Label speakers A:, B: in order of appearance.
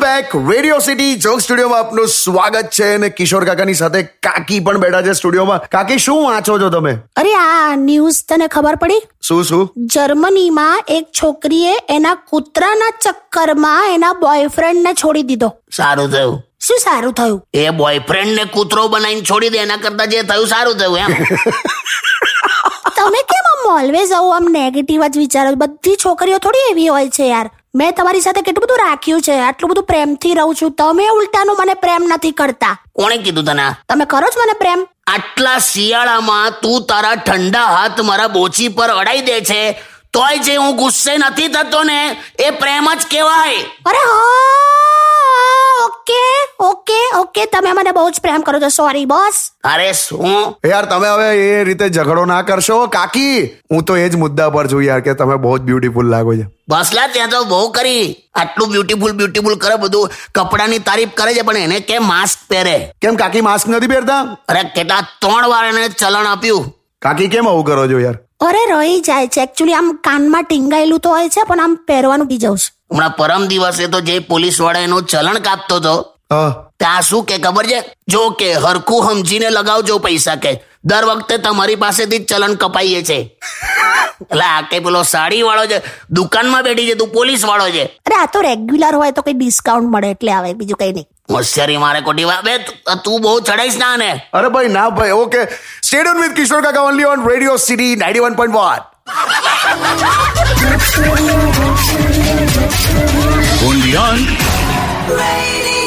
A: Back radio city જોક સ્ટુડિયોમાં આપનું સ્વાગત છે અને કિશોર કાકાની સાથે કાકી પણ બેઠા છે સ્ટુડિયોમાં કાકી શું વાંચો છો તમે
B: અરે આ ન્યૂઝ તને ખબર પડી
A: શું શું
B: જર્મનીમાં એક છોકરીએ એના કૂતરાના ચક્કરમાં એના બોયફ્રેન્ડને છોડી દીધો
C: સારું થયું
B: શું સારું થયું
C: એ બોયફ્રેન્ડ ને કૂતરો બનાવીને છોડી દે એના કરતા જે થયું સારું થયું એમ
B: તમે કેમ આમ ઓલવેઝ આવું આમ નેગેટિવ જ વિચારો બધી છોકરીઓ થોડી એવી હોય છે યાર મેં તમારી સાથે કેટલું બધું રાખ્યું છે આટલું બધું પ્રેમથી રહું છું તમે ઉલટાનું મને પ્રેમ નથી કરતા
C: કોણે કીધું તને આ?
B: તમે કરો છો મને પ્રેમ
C: આટલા શિયાળામાં તું તારા ઠંડા હાથ મારા બોચી પર અડાઈ દે છે તોય જે હું ગુસ્સે નથી થતો ને એ પ્રેમ જ કહેવાય
B: અરે હા ઓકે ઓકે ઓકે તમે મને બહુ જ પ્રેમ કરો છો સોરી બોસ
C: અરે શું
A: એ યાર તમે હવે એ રીતે ઝઘડો ના કરશો કાકી હું તો એ જ મુદ્દા પર છું યાર કે તમે બહુ જ બ્યુટીફુલ લાગો છો
C: ભસલા ત્યાં તો બહુ કરી આટલું બ્યુટીફુલ બ્યુટીફુલ કરે બધું કપડાની તારીફ કરે છે પણ એને કે માસ્ક પહેરે
A: કેમ કાકી માસ્ક નથી પહેરતા
C: અરે કેટલા ત્રણ વાર એને ચલણ આપ્યું
A: કાકી કેમ આવું કરો છો યાર
B: અરે રહી જાય છે એકચ્યુઅલી આમ કાનમાં ટીંગાયેલું તો હોય છે પણ આમ પહેરવાનું બી જવું છે
C: હમણાં પરમ દિવસે તો જે પોલીસ વાળા એનું ચલણ કાપતો હતો
A: હા
C: ત્યાં શું કે ખબર છે જો કે હરખું સમજીને લગાવજો પૈસા કે દર વખતે તમારી પાસેથી જ ચલણ કપાઈએ છે એટલે આ કે પેલો સાડી વાળો છે દુકાનમાં બેઠી છે તું પોલીસ વાળો છે
B: અરે આ તો રેગ્યુલર હોય તો કઈ ડિસ્કાઉન્ટ મળે એટલે આવે બીજું કઈ નહીં
C: હોશિયારી મારે ખોટી વાત બે તું- તું બહુ ચડાઈશ ના ને
A: અરે ભાઈ ના ભાઈ ઓકે સ્ટેડિયમ વિથ કિશોર કાકા only on radio city ninety one point one
D: Undian.
E: Radio